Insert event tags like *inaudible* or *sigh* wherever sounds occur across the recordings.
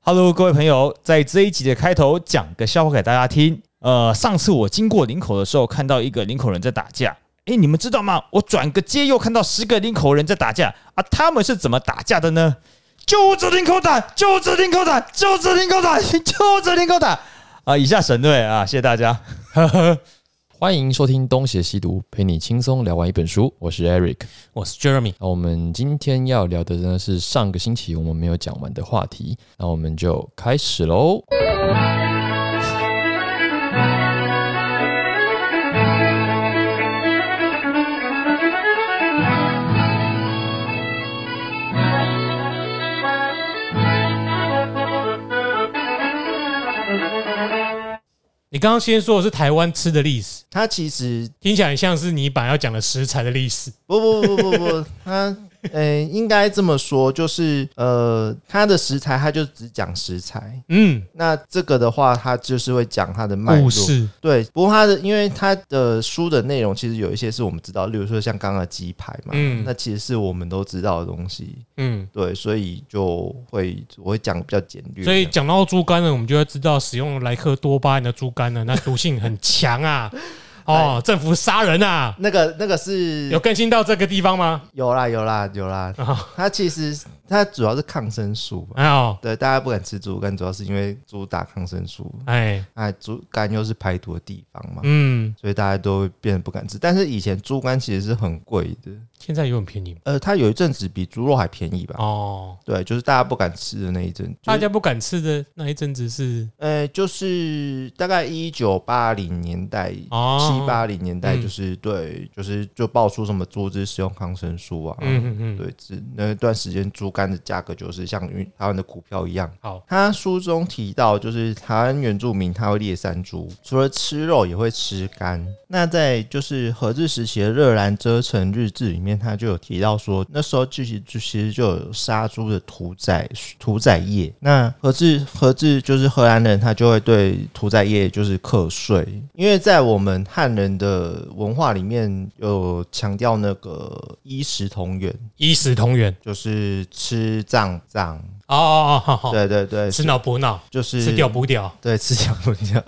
Hello，各位朋友，在这一集的开头讲个笑话给大家听。呃，上次我经过林口的时候，看到一个林口人在打架。诶，你们知道吗？我转个街又看到十个林口人在打架啊，他们是怎么打架的呢？就是林口打，就是林口打，就是林口打，就是林口打啊！以下省略啊，谢谢大家。欢迎收听《东邪西毒》，陪你轻松聊完一本书。我是 Eric。我是 Jeremy。那我们今天要聊的呢是上个星期我们没有讲完的话题，那我们就开始喽。你刚刚先说的是台湾吃的历史，它其实听起来很像是你本来要讲的食材的历史。不不不不不， *laughs* 它呃、应该这么说，就是呃，它的食材它就只讲食材。嗯，那这个的话，它就是会讲它的脉故络。事对，不过它的因为它的书的内容其实有一些是我们知道，例如说像刚刚的鸡排嘛，嗯那其实是我们都知道的东西。嗯，对，所以就会我会讲比较简略。所以讲到猪肝呢，我们就要知道使用莱克多巴胺的猪肝呢，那毒性很强 *laughs* 啊，哦，政府杀人啊，那个那个哎是有更新到这个地方吗？有啦有啦有啦，啊，它其实它主要是抗生素吧。哎呦，对，大家不敢吃猪肝，主要是因为猪打抗生素，哎，那猪肝又是排毒的地方嘛，嗯，所以大家都会变得不敢吃。但是以前猪肝其实是很贵的，现在有很便宜吗呃，它有一阵子比猪肉还便宜吧？哦，对，就是大家不敢吃的那一阵，就大是、家不敢吃的那一阵子是呃，就是大概一九八零年代。哦，七，八零年代嗯就是、对，就是就爆出什么猪只使用抗生素啊，嗯嗯嗯，对，只那段时间猪肝的价格就是像台湾的股票一样。好，他书中提到，就是台湾原住民他会猎山猪，除了吃肉也会吃肝。那在就是和治时期的《热兰遮城日志》里面，他就有提到说，那时候其实就其实就有杀猪的屠宰屠宰业。那和治和治就是荷兰人，他就会对屠宰业就是课税，因为在我们汉人的文化里面有强调那个衣食同源，衣食同源，就是吃脏脏，哦哦哦，好好，对对对，吃脑补脑，就是吃掉补掉，对，吃掉 *laughs* 不掉，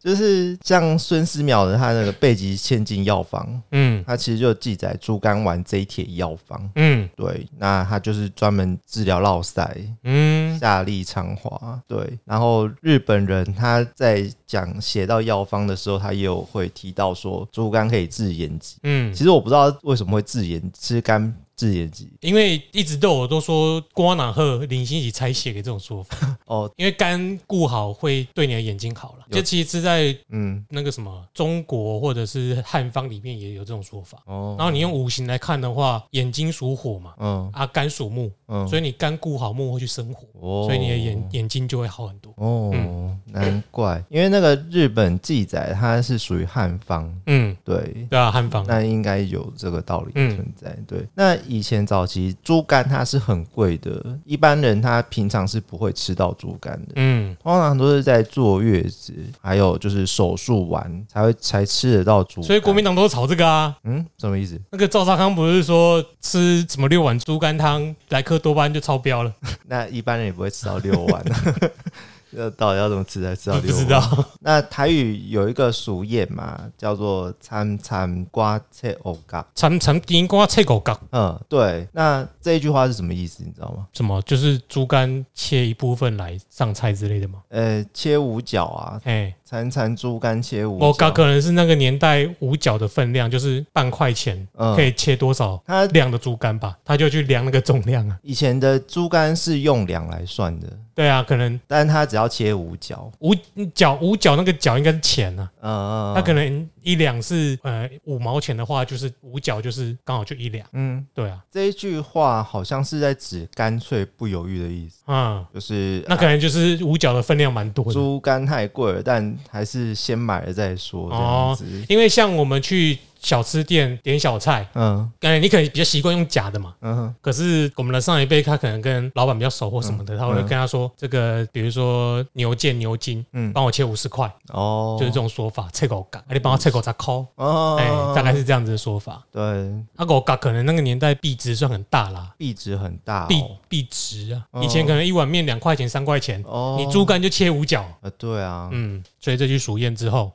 就是像孙思邈的他那个《备急千金药方》，嗯他其实就记载猪肝丸这一帖药方。嗯对，那他就是专门治疗落塞、嗯，下利肠滑。对，然后日本人他在讲写到药方的时候，他也有会提到说猪肝可以治眼疾。嗯，其实我不知道为什么会治眼，吃肝治眼疾。因为一直都有都说瓜哪赫林星喜拆血给这种说法， *laughs* 哦，因为肝顾好会对你的眼睛好了。有这其实是在嗯，那个什么中国或者是汉方里面也有这种说法。哦，然后你用五行来看的话，眼睛属火嘛，嗯啊肝属木，嗯，所以你肝顾好木会去生火，哦所以你的眼眼睛就会好很多。哦，嗯难怪，因为那个日本记载它是属于汉方，嗯，对，对啊，汉方，那应该有这个道理嗯存在。对，那以前早期猪肝它是很贵的，一般人他平常是不会吃到猪肝的。嗯通常都是在坐月子，还有就是手术完才会才吃得到猪肝。所以国民党都炒这个啊。嗯，什么意思？那个赵少康不是说吃什么六碗猪肝汤，莱克多巴胺就超标了？那一般人也不会吃到六 *laughs* 碗， *laughs* 那到底要怎么吃才吃到不六碗？知道，那台语有一个俗谚嘛，叫做“参参瓜切欧嘎长长丁瓜切狗干。”。嗯，对。那这一句话是什么意思？你知道吗？什么就是猪肝切一部分来上菜之类的吗？呃，切五角啊，哎、参参猪肝切五我角。刚可能是那个年代五角的分量，就是半块钱嗯可以切多少它量的猪肝吧，他就去量那个重量啊。以前的猪肝是用两来算的，对啊，可能但它只要切五角。五角五角那个角应该是钱啊，嗯，嗯他可能一两是呃五毛钱的话，就是五角就是刚好就一两。嗯，对啊，这一句话好像是在指干脆不犹豫的意思，嗯，就是那可能就是五角的分量蛮多的，哦猪肝太贵了，但还是先买了再说这样子。因为像我们去小吃店点小菜，嗯感觉你可能比较习惯用假的嘛。嗯哼可是我们的上一辈，他可能跟老板比较熟或什么嗯的，他会跟他说这个，比如说牛腱、牛筋，嗯帮我切五十块，哦，就是这种说法，切口嘎，啊你帮我切口咋抠？哦，哎，大概是这样子的说法。对，阿狗嘎可能那个年代币值算很大啦，币值很大、哦，币币值啊，哦以前可能一碗面两块钱、三块钱，哦，你猪肝就切五角，呃，对啊，嗯嗯，所以这句熟谚之后，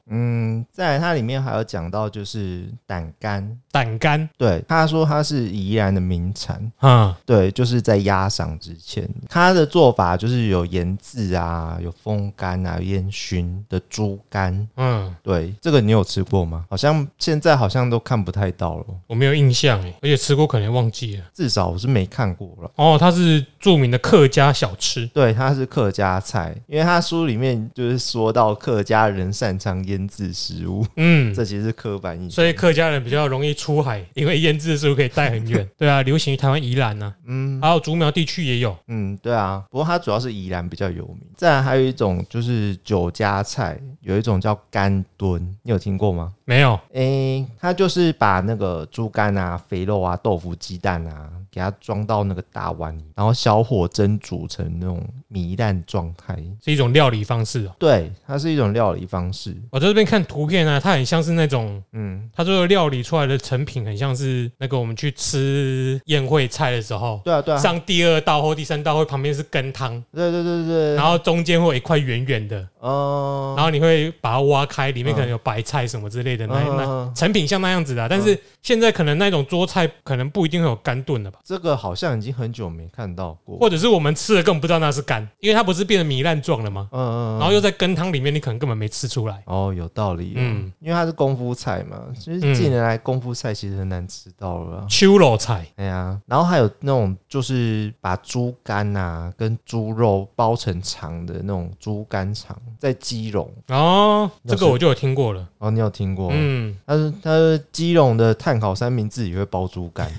再来它里面还有讲到就是胆肝，胆肝，对，他说它是宜兰的名产，啊，对，就是在压赏之前，它的做法就是有盐渍啊，有风干啊，有烟熏的猪肝。嗯，对，这个你有吃过吗？好像现在好像都看不太到了，我没有印象哎，而且吃过可能忘记了。至少我是没看过了。哦，它是著名的客家小吃，对，它是客家菜，因为它书里面就是说到客家人擅长腌制食物，嗯，这其实是刻板印象。所以客家人比较容易出海，因为腌制的时候可以带很 *laughs* 远。对啊，流行于台湾宜兰呐、嗯还有竹苗地区也有。嗯，对啊，不过它主要是宜兰比较有名。再来还有一种就是酒家菜，有一种叫干炖，你有听过吗？没有，诶、它就是把那个猪肝啊、肥肉啊、豆腐、鸡蛋啊，给它装到那个大碗里，然后小火蒸煮成那种糜烂状态。是一种料理方式哦。对，它是一种料理方式。我在这边看图片啊，它很像是那种，嗯，它这个料理出来的成品，很像是那个我们去吃宴会菜的时候，对啊，对啊，上第二道或第三道会旁边是羹汤，对对对对。然后中间会有一块圆圆的，哦，然后你会把它挖开，里面嗯可能有白菜什么之类的，那嗯嗯那嗯成品像那样子的啊。但是现在可能那种桌菜可能不一定会有干炖了吧。这个好像已经很久没看到过。或者是我们吃了根本不知道那是干，因为它不是变成糜烂状了吗？嗯嗯，嗯然后又在羹汤里面，你可能根本没吃出来。哦，有道理。嗯嗯，因为它是功夫菜嘛，其实嗯近年来功夫菜其实很难吃到了啊。秋肉菜，哎呀，然后还有那种就是把猪肝啊跟猪肉包成肠的那种猪肝肠，在基隆哦，那这是个我就有听过了。哦，你有听过？嗯，嗯，但是它是基隆的碳烤三明治也会包猪 *laughs* 肝，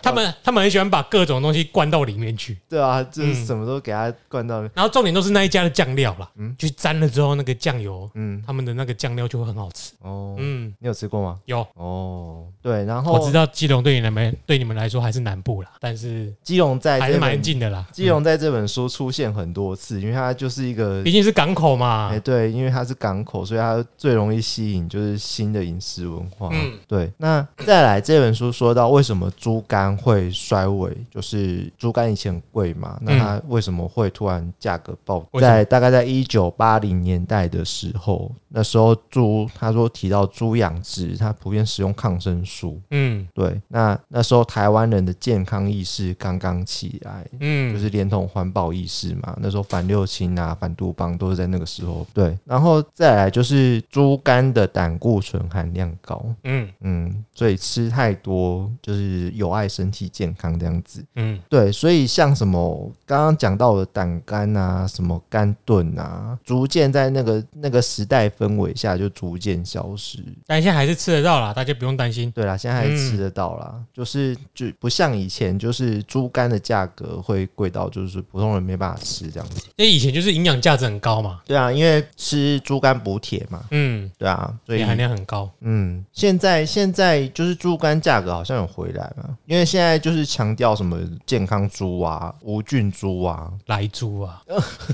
他们他们很喜欢把各种东西灌到里面去，对啊， *laughs* 就是嗯什么都给它灌到，然后重点都是那一家的酱料啦，嗯去沾了之后那个酱油，嗯，他们的那个酱料就会很好吃。哦，嗯，你有吃过吗？有。哦，对，然后我知道基隆对你们对你们来说还是南部啦，但是基隆在还是这蛮本近的啦。基隆在这本书出现很多次，因为它就是一个毕，竟是港口哎、嘛。对，因为它是港口，所以它最容易吸引就是新的饮食文化。嗯，对。那再来这本书说到为什么猪肝会衰微，就是猪肝以前很贵嘛，那它为什么会突然价格暴？嗯为什么在大概在一九八零年代的时候，那时候猪，他说提到猪养殖，它普遍使用抗生素。嗯对，那那时候台湾人的健康意识刚刚起来，嗯，就是连同环保意识嘛，那时候反六轻啊、反杜邦都是在那个时候。对，然后再来就是猪肝的胆固醇含量高，嗯嗯，所以吃太多就是有害身体健康这样子。嗯对，所以像什么刚刚讲到的胆肝啊、什么肝炖啊，逐渐在那个那个时代氛围下就逐渐消失。但现在还是吃得到啦，大家不用担心。对啦，现在还吃得到啦，就是就不像以前，就是猪肝的价格会贵到就是普通人没办法吃这样子。因为以前就是营养价值很高嘛，对啊，因为吃猪肝补铁嘛，嗯，对啊，所以铁含量很高。嗯，现在现在就是猪肝价格好像有回来嘛，因为现在就是强调什么健康猪啊、无菌猪啊、来猪啊，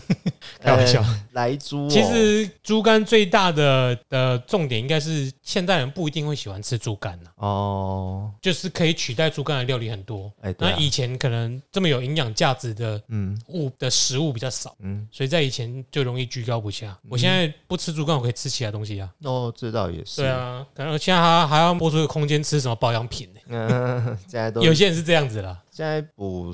*laughs* 开玩笑。呃来猪、哦。其实猪肝最大的的重点应该是，现代人不一定会喜欢吃猪肝啊，哦，就是可以取代猪肝的料理很多。哎、对、那啊，以前可能这么有营养价值的嗯物的食物比较少，嗯，所以在以前就容易居高不下。我现在不吃猪肝，我可以吃其他东西啊。哦，这倒也是。对，啊，可能现在还还要摸出个空间吃什么保养品呢、嗯、 *laughs* 现在都有些人是这样子啦，现在补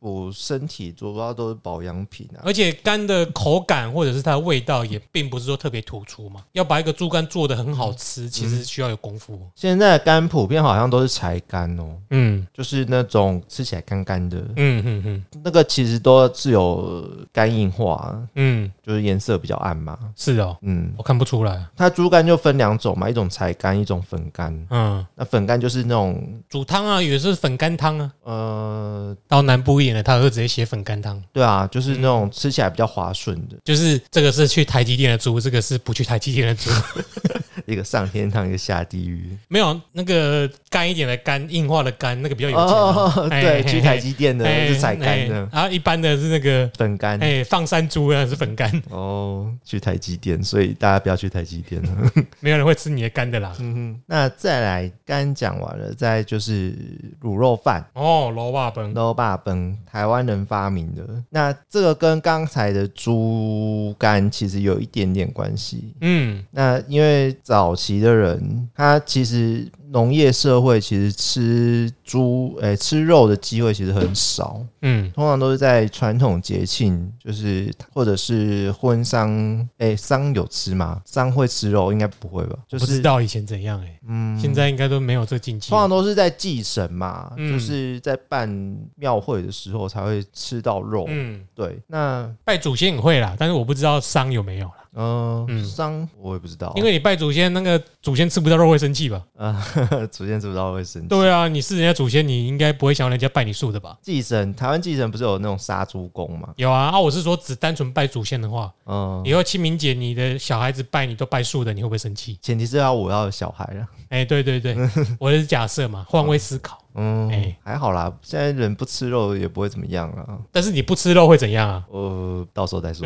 补身体主要都是保养品啊。而且肝的口感或者是它的味道也并不是说特别突出嘛。要把一个猪肝做的很好吃，其实需要有功夫。哦现在的肝普遍好像都是柴肝哦，嗯就是那种吃起来干干的，嗯嗯嗯那个其实都是有肝硬化，啊嗯，就是颜色比较暗嘛。是哦，嗯，我看不出来。啊它猪肝就分两种嘛，一种柴肝，一种粉肝。嗯，那粉肝就是那种煮汤啊，有时候粉干汤啊，呃，到南部一点的，他会直接写粉干汤。对啊，就是那种吃起来比较滑顺的。就是这个是去台积电的猪，这个是不去台积电的猪。 *laughs* 一个上天堂，一个下地狱。没有那个干一点的干，硬化的干，那个比较有钱哦哦。， *laughs* 哎对，去台积电的哎是彩干哎的，然后一般的是那个粉干。哎放山猪啊，是粉干， *laughs* 哦，去台积电，所以大家不要去台积电了。 *laughs* 没有人会吃你的干的啦。嗯哼，那再来，刚刚讲完了，再就是卤肉饭。哦，罗瓦本，肉霸崩，台湾人发明的。那这个跟刚才的猪肝其实有一点点关系。嗯，那因为早期的人，他其实农业社会其实吃猪，诶、吃肉的机会其实很少，嗯，通常都是在传统节庆，就是或者是婚丧，诶、丧有吃吗？丧会吃肉？应该不会吧？就不知是道以前怎样哎，嗯现在应该都没有这禁忌通。常都是在祭神嘛，嗯就是在办庙会的时候才会吃到肉。嗯，对，那拜祖先也会啦，但是我不知道伤有没有啦，呃嗯伤、我也不知道，因为你拜祖先，那个祖先吃不到肉会生气吧？啊，呵 *laughs* 呵祖先知不知道会生气。对啊，你是人家祖先，你应该不会想要人家拜你素的吧？祭神，台湾祭神不是有那种杀猪公嘛？有啊，啊，我是说只单纯拜祖先的话，嗯，以后清明节你的小孩子拜你都拜素的，你会不会生 *laughs* 气？前提是要我要有小孩啊了。哎、对对 *laughs* 对，我的是假设嘛，换位思考。嗯，哎还好啦，现在人不吃肉也不会怎么样啦。但是你不吃肉会怎样啊？呃，到时候再 *laughs* 说。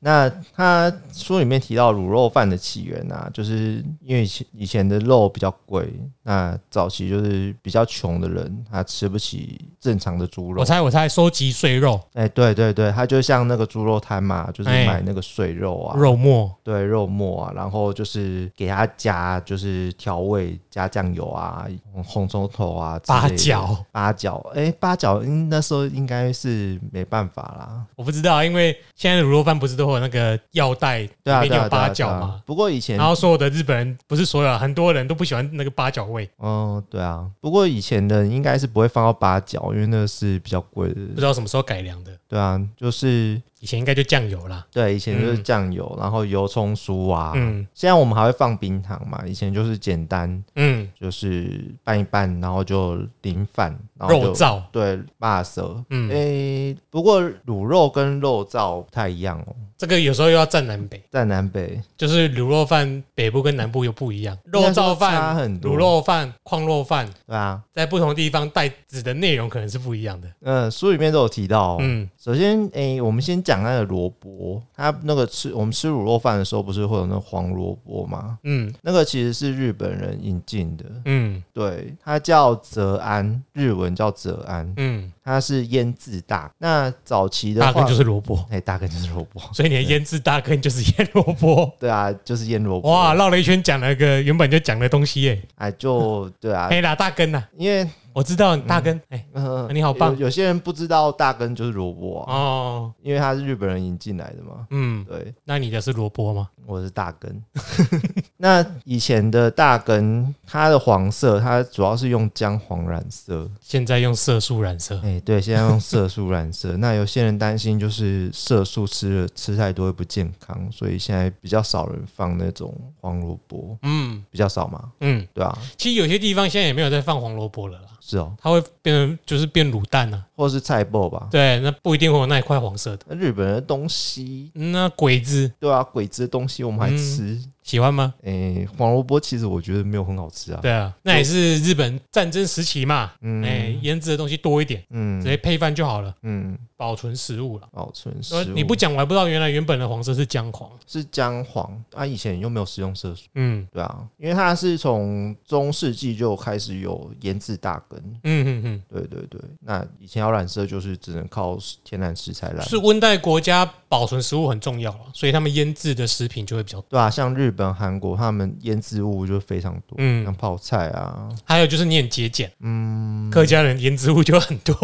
那他书里面提到卤肉饭的起源啊，就是因为以前以前的肉比较贵，那早期就是比较穷的人，他吃不起正常的猪肉我。猜我猜，收集碎肉、哎、对对对，他就像那个猪肉摊嘛，就是哎买那个碎肉啊，肉末，对肉末啊，然后就是给它加就是调味，加酱油啊，红葱头啊，之类八的角，八角，哎、八角、嗯、那时候应该是没办法啦。我不知道，因为现在的卤肉饭不是都会有那个药袋里对啊，面对啊，有对啊八角对啊吗？不过以前然，后所有的日本人不是所有啊，很多人都不喜欢那个八角味，嗯，对啊，不过以前的人应该是不会放到八角，因为那是比较贵不知的。道什么时候改良的。对啊，就是以前应该就酱油啦，对，以前就是嗯酱油，然后油葱酥啊。嗯现在我们还会放冰糖嘛，以前就是简单，嗯，就是拌一拌，然后就淋饭，然后就肉燥，对，辣舌。嗯，诶、不过卤肉跟肉燥不太一样哦，这个有时候又要站南北，在南北就是卤肉饭北部跟南部又不一样，肉应该说燥差饭、很多，卤肉饭、矿肉饭对啊，在不同地方代指的内容可能是不一样的。嗯，书里面都有提到、哦。嗯首先，诶、我们先讲那个萝卜，它那个吃我们吃卤肉饭的时候，不是会有那个黄萝卜吗？嗯那个其实是日本人引进的，嗯对，它叫泽安，日文叫泽安，嗯，它是腌制大。那早期的大话，根就是萝卜，哎、大根就是萝 *laughs* 卜，所以你的腌制大根就是腌萝卜。对啊，就是腌萝卜。哇，绕了一圈讲了一个原本就讲的东西耶、哎，就对啊，哎啦，大根呐、因为我知道大根，哎、呃，你好棒有有些人不知道大根就是萝卜啊，哦，因为它是日本人引进来的嘛。嗯，对，那你的是萝卜吗？我是大根。 *laughs* 那以前的大根，它的黄色，它主要是用姜黄染色。现在用色素染色，哎、对，现在用色素染色。 *laughs* 那有些人担心就是色素吃了吃太多会不健康，所以现在比较少人放那种黄萝卜，嗯比较少嘛，嗯，对啊，其实有些地方现在也没有在放黄萝卜了啦，是哦，它会变成就是变卤蛋啊。或是菜爆吧。对，那不一定会有那一块黄色的。那日本人的东西，那鬼子对啊，鬼子的东西我们还嗯吃，喜欢吗？诶、黄萝卜其实我觉得没有很好吃啊。对啊，那也是日本战争时期嘛，嗯哎、腌制的东西多一点，嗯直接配饭就好了，嗯，保存食物了。保存食呃物你不讲我还不知道，原来原本的黄色是姜黄。是姜黄，啊，以前又没有食用色素，嗯对啊，因为它是从中世纪就开始有腌制大根，嗯嗯对对对，那以前要染色就是只能靠天然食材嗯，染，是温带国家保存食物很重要了，所以他们腌制的食品就会比较多。对啊，像日本、韩国他们腌制物就非常多，像嗯，泡菜啊，还有就是你很节俭，嗯，客家人腌制物就很 *laughs* 多。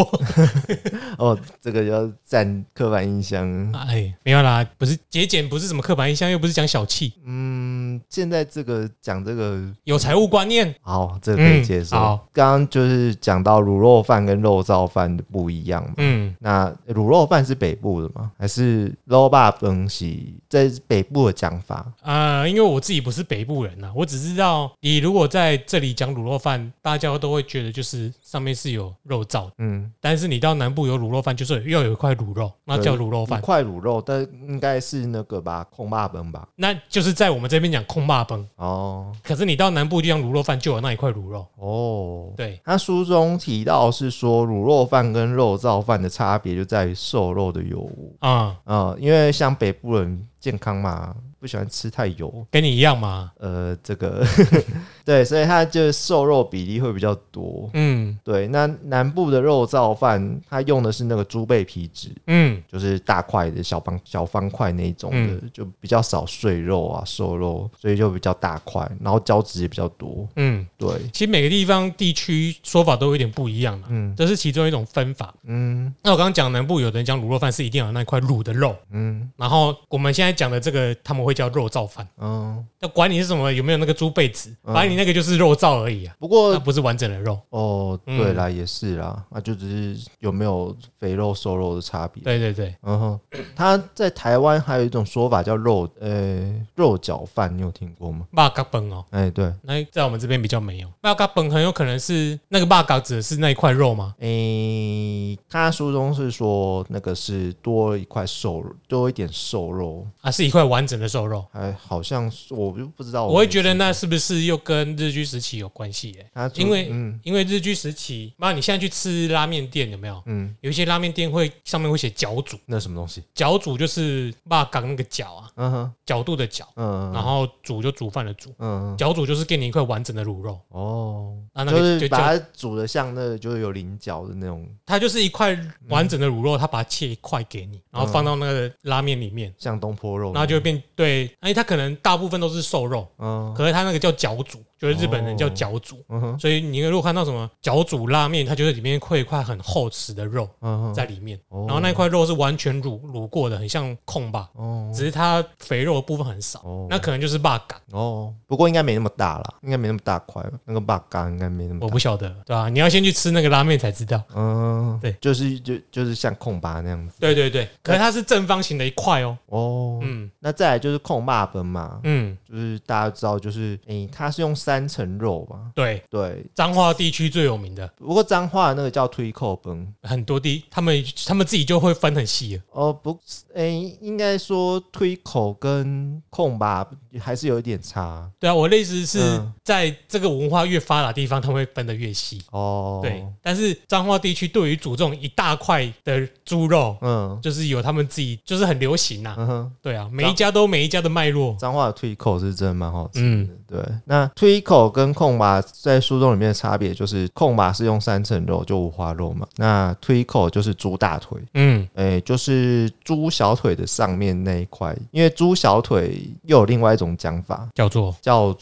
哦，这个要占刻板印象，哎，没有啦，不是节俭，不是什么刻板印象，又不是讲小气，嗯，现在这个讲这个有财务观念。好，这个可以嗯接受。好刚刚就是讲到卤肉饭跟肉燥饭的不一样嘛。嗯，那欸卤肉饭是北部的吗？还是肉霸东西？这是北部的讲法。啊，因为我自己啊不是北部人呐、我只知道你如果在这里讲卤肉饭，大家都会觉得就是上面是有肉燥的，嗯，但是你到南部有卤肉饭，就是要有一块卤肉，那叫卤肉五饭，块卤肉，但应该是那个吧，控霸本吧？那就是在我们这边讲空霸崩。哦可是你到南部就像卤肉饭，就有那一块卤肉。哦，对，他书中提到是说卤肉饭跟肉燥饭的差别就在于瘦肉的油污啊、啊、因为像北部人健康嘛，不喜欢吃太油，跟你一样嘛。呃，这个 *laughs* 对，所以它就瘦肉比例会比较多。嗯对，那南部的肉燥饭，它用的是那个猪背皮脂，嗯，就是大块的小方小方块那一种的，就比较少碎肉啊、瘦肉，所以就比较大块，然后胶质也比较多。嗯，对，其实每个地方地区说法都有点不一样啦嗯这是其中一种分法。嗯那我刚刚讲南部有的人讲卤肉饭是一定要有那块卤的肉，嗯然后我们现在讲的这个他们会叫肉燥饭，嗯。那管你是什么有没有那个猪背子，嗯反正你那个就是肉燥而已啊，不过那不是完整的肉。哦，嗯对啦，也是啦，那就只是有没有肥肉瘦肉的差别。对对对，嗯哼，他在台湾还有一种说法叫肉，呃，肉饺饭，你有听过吗？霸嘎崩哦，哎，对，那在我们这边比较没有。霸嘎崩很有可能是那个霸嘎指的是那一块肉吗？诶、他书中是说那个是多一块瘦肉，多一点瘦肉，啊，是一块完整的瘦肉。还好像是我就不知道我会觉得得那是不是又跟日居时期有关系、耶？他说因为嗯因为日居时期，妈，你现在去吃拉面店有没有？嗯，有一些拉面店会上面会写角煮，那什么东西？角煮就是霸港那个角啊，嗯哼，角度的角，嗯，然后煮就煮饭的煮，嗯嗯角煮就是给你一块完整的卤肉，哦，那那就个是就把叫它煮的像那个就是有菱角的那种，它就是一块完整的卤肉，它把它切一块给嗯你，然后放到那个拉面里面，像东坡肉然那后样，就会变对，因为它可能大部分都是瘦肉，嗯可是它那个叫角煮，就是日本人叫角煮。嗯哼所以你如果看到什么角煮拉面，它就是里面会有一块很厚实的肉嗯哼，在里面，哦然后那块肉是完全卤卤过的，很像控吧，哦只是它肥肉的部分很少，哦那可能就是霸港，哦，不过应该没那么大啦，应该没那么大块吧，那个把干应该没那么我大。不晓得，对吧、你要先去吃那个拉面才知 *laughs* 道。嗯，对就是就就是像控吧那样子对对对，可是它是正方形的一块哦，哦。嗯那再来就是控霸本嘛，嗯，就是大家知道，就是诶、它是用三层肉吧？对，对，彰化地区最有名的不过彰化的那个叫推扣本很多地，他们他们自己就会分很细了，哦，不，诶、应该说推口跟控吧还是有一点差对啊，我的意思是嗯在这个文化越发达的地方，他们会分得越细。哦。对，但是彰化地区对于煮这种一大块的猪肉，嗯就是有他们自己就是很流行呐、嗯哼，对啊，每一家都有每一家的脉络。彰化的推口是真的蛮好吃的嗯，对，那推口跟控把在书中里面的差别就是，控把是用三层肉，就五花肉嘛。那推口就是猪大腿，嗯诶、就是猪小腿的上面那一块，因为猪小腿又有另外一种讲法，叫做叫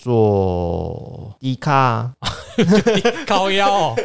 做迪卡，高腰 *laughs* 哦，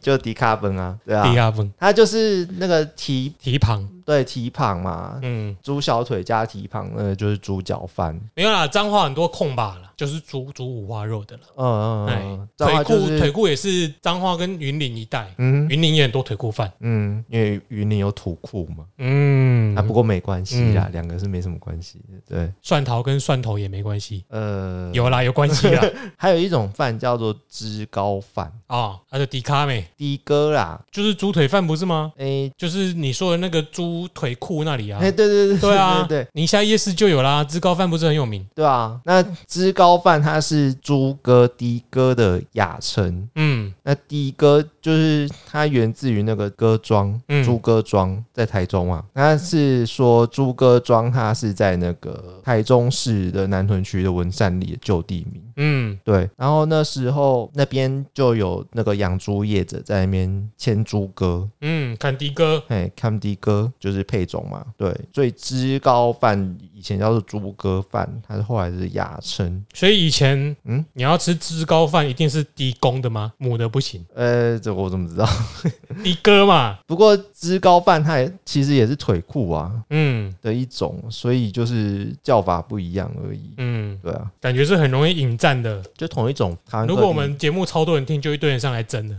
就迪卡本啊，对低啊，压分它就是那个蹄，蹄旁。对蹄膀嘛，嗯，猪小腿加蹄膀，那个就是猪脚饭。没有啦，彰化很多空吧啦，就是煮煮五花肉的啦。嗯嗯哎嗯，，这样的腿话裤、就是腿裤也是彰化跟云林一带，嗯云林也很多腿裤饭。嗯，因为云林有土库嘛。嗯啊，不过没关系啦，两、个是没什么关系的。对，蒜头跟蒜头也没关系。呃，有啦，有 *laughs* 关系 *laughs* 啦还有一种饭叫做芝高饭，啊，还有迪卡美，的哥啦，就是猪腿饭不是吗？诶，就是你说的那个猪腿裤那里啊哎、。对对对对啊，对对宁夏夜市就有啦，芝高饭不是很有名？对啊。那芝高饭它是猪哥的哥的雅称，嗯那的哥就是它源自于那个歌庄，嗯猪哥庄在台中嘛。它是说猪哥庄，它是在那个台中市的南屯区的文山里的旧地名。嗯对，然后那时候那边就有那个养猪业者在那边牵猪哥，嗯，坎迪哥，嘿，看迪哥就是配种嘛，对，所以芝高饭以前叫做猪哥饭，它是后来是雅称，所以以前嗯嗯，你要吃芝高饭一定是低公的吗？母的不行，呃，这个我怎么知道？迪哥嘛，不过芝高饭它也其实也是腿裤啊嗯的一种，所以就是叫法不一样而已。嗯，对啊，感觉是很容易引战的。就同一种台湾各如地。果我们节目超多人听，就一堆人上来争了，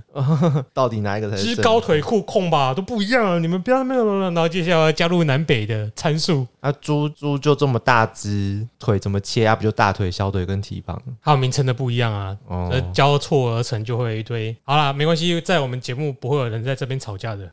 到底哪一个才是其真实的高腿裤控吧都不一样啊，你们不要没有了。然后接下来加入南北的参数，啊，猪猪就这么大只，腿怎么切啊？不就大腿、小腿跟蹄膀？还有名称的不一样啊，哦，呃，交错而成就会有一堆。好啦，没关系，在我们节目不会有人在这边吵架 *laughs* 的。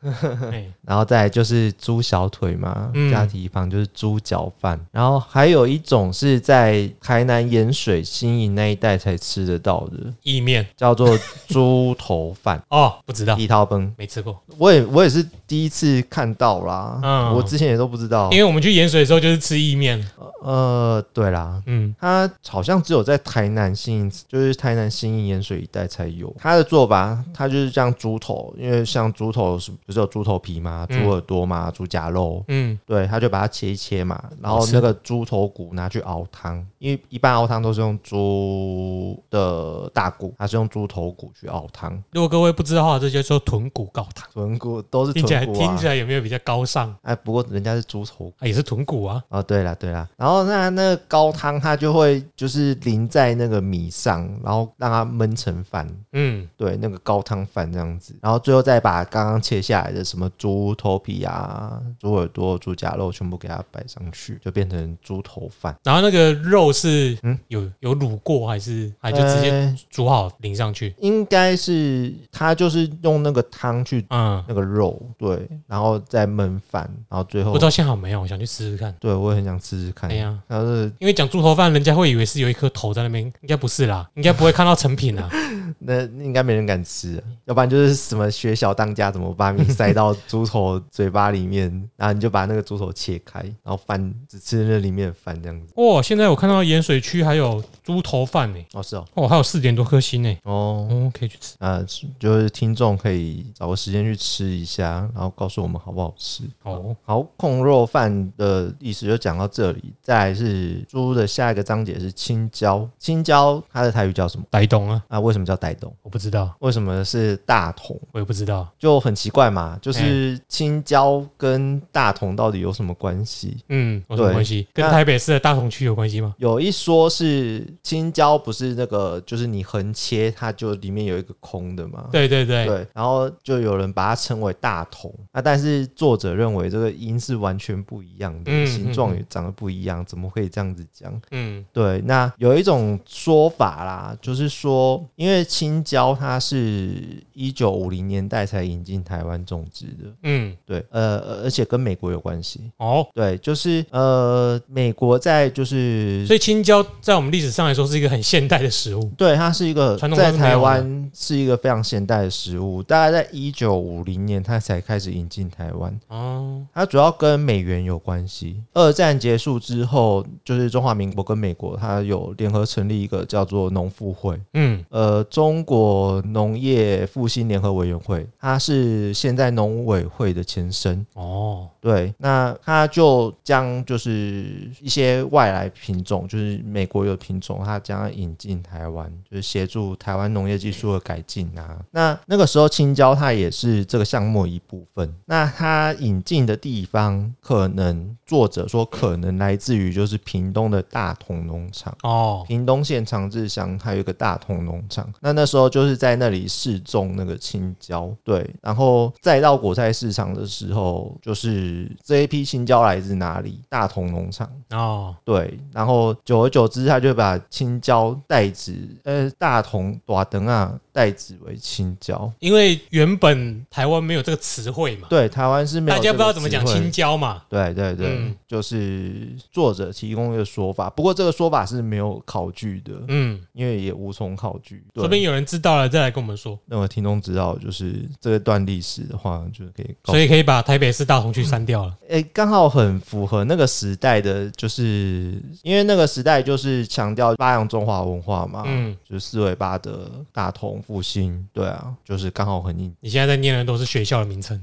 哎，然后再来就是猪小腿嘛，嗯加蹄膀就是猪脚饭。然后还有一种是在台南盐水新营那一带才吃得到的，意面 *laughs* 叫做猪头饭。哦，不知道，一套崩，没吃过，我也我也是第一次看到啦，嗯我之前也都不知道因。为我们去盐水的时候就是吃意面。呃，对啦，嗯，它好像只有在台南新营，就是台南新营盐水一带才有。它的做法，它就是像猪头，因为像猪头是不是有猪头皮嘛、嗯猪耳朵嘛、猪夹肉，嗯，对，他就把它切一切嘛，然好后吃那个猪头骨拿去熬汤，因为一般熬汤都是用猪的大骨，它是用猪头骨去熬汤，如果各位不知道的话，这就叫豚骨高汤，臀骨都是听起来臀骨听啊起。来有没有比较高尚？啊哎，不过人家是猪头骨啊，也是豚骨啊。哦，对了对了，然后那那个高汤它就会就是淋在那个米上，然后让它焖成饭，嗯，对，那个高汤饭这样子，然后最后再把刚刚切下来的什么猪头皮啊、猪耳朵、猪夹肉全部给它摆上去，就变成猪头饭。然后那个肉是嗯有有卤过还是还啊就直接呃煮好淋上去？应该是它就是用那个汤去嗯，那个肉，对，然后再焖饭，然后最后不知道现在有没有，我想去试试看。对我也很想吃吃看哎。呀，但是因为讲猪头饭，人家会以为是有一颗头在那边，应该不是啦，应该不会看到成品啊 *laughs* 啦。那应该没人敢吃啊、要不然就是什么学小当家怎么把米塞到猪头嘴巴里面， *laughs* 然后你就把那个猪头切开，然后饭只吃那里面的饭这样子。哇，现在我看到盐水区还有猪头饭呢、哦，是哦，哦，还有四点多颗星呢、哦，哦，可以去吃。呃，就是听众可以找个时间去吃一下，然后告诉我们好不好吃。哦，好，控肉饭的历史就讲到这里。再来是猪的下一个章节是青椒，青椒它的台语叫什么白懂啊，啊？为什么叫傣董？我不知道，为什么是大同？我也不知道。就很奇怪嘛，就是青椒跟大同到底有什么关系？嗯，有什么对关系？跟那台北市的大同区有关系吗？有一说是青椒不是那个，就是你横切它就里面有一个空的嘛。对对对，对，然后就有人把它称为大同啊，但是作者认为这个音是完全不一样的，嗯形状嗯也长得不一样，怎么可以这样子讲？嗯对，那有一种说法啦，就是说，因为青椒它是一九五零年代才引进台湾种植的，嗯，对，呃，而且跟美国有关系。哦，对，就是呃，美国在就是所以青椒在我们历史上来说是一个很现代的食物。对，它是一个传统上在是没有的台湾是一个非常现代的食物，大概在一九五零年它才开始引进台湾。哦，它主要跟美元有关系。二战结束之后，就是中华民国跟美国，它有联合成立一个叫做农复会，嗯呃，中国农业复兴联合委员会，它是现在农委会的前身。哦，对，那它就将就是一些外来品种，就是美国有品种，它将它引进台湾，就是协助台湾农业技术的改进啊。那那个时候青椒它也是这个项目一部分。那它引进的地方，可能作者说可能来自于就是屏东的大同农场。哦，屏东县长治乡，它有一个大同农场，那那时候就是在那里试种那个青椒，对，然后再到果菜市场的时候，就是这一批青椒来自哪里？大同农场，哦，对，然后久而久之，他就把青椒代指，呃，大同大灯啊代指为青椒。因为原本台湾没有这个词汇嘛，对，台湾是没有大家不知道这个怎么词讲汇青椒嘛。对对对，嗯就是作者提供的说法，不过这个说法是没有考据的，嗯，因为也无从考据。对说不定有人知道了再来跟我们说，那么听众知道，就是这段历史的话，就是可以告所。以可以把台北市大同区删掉了。诶，刚、好很符合那个时代的，就是因为那个时代就是强调发扬中华文化嘛，嗯，就是四维八德、大同复兴，对啊，就是刚好很应，你现在在念的都是学校的名称。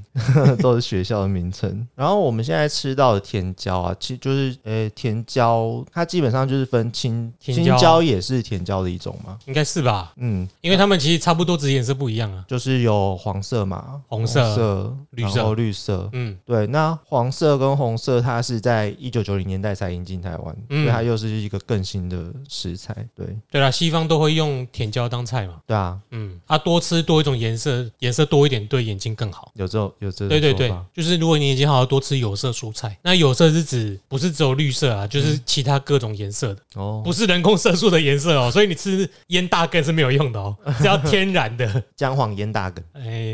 都是学校的名称。然后我们现在吃到的甜椒啊，其实就是诶、甜椒，它基本上就是分青甜青椒椒也是甜椒的一种嘛。应该是吧？嗯，因为他们其实差不多，只是颜色不一样啊。就是有黄色嘛，红色绿然色后绿色。嗯，对，那黄色跟红色，它是在一九九零年代才引进台湾，嗯所以它又是一个更新的食材。对，对啦，西方都会用甜椒当菜嘛。对啊，嗯，啊，多吃多一种颜色，颜色多一点对眼睛更好。有这种有这种对对对说法，就是如果你眼睛好好多吃有色蔬菜，那有色是指不是只有绿色啊，就是其他各种颜色的，嗯哦，不是人工色素的颜色哦。所以你吃腌大根是没有用的 *laughs* 哦，是要天然的。姜黄腌大根，哎、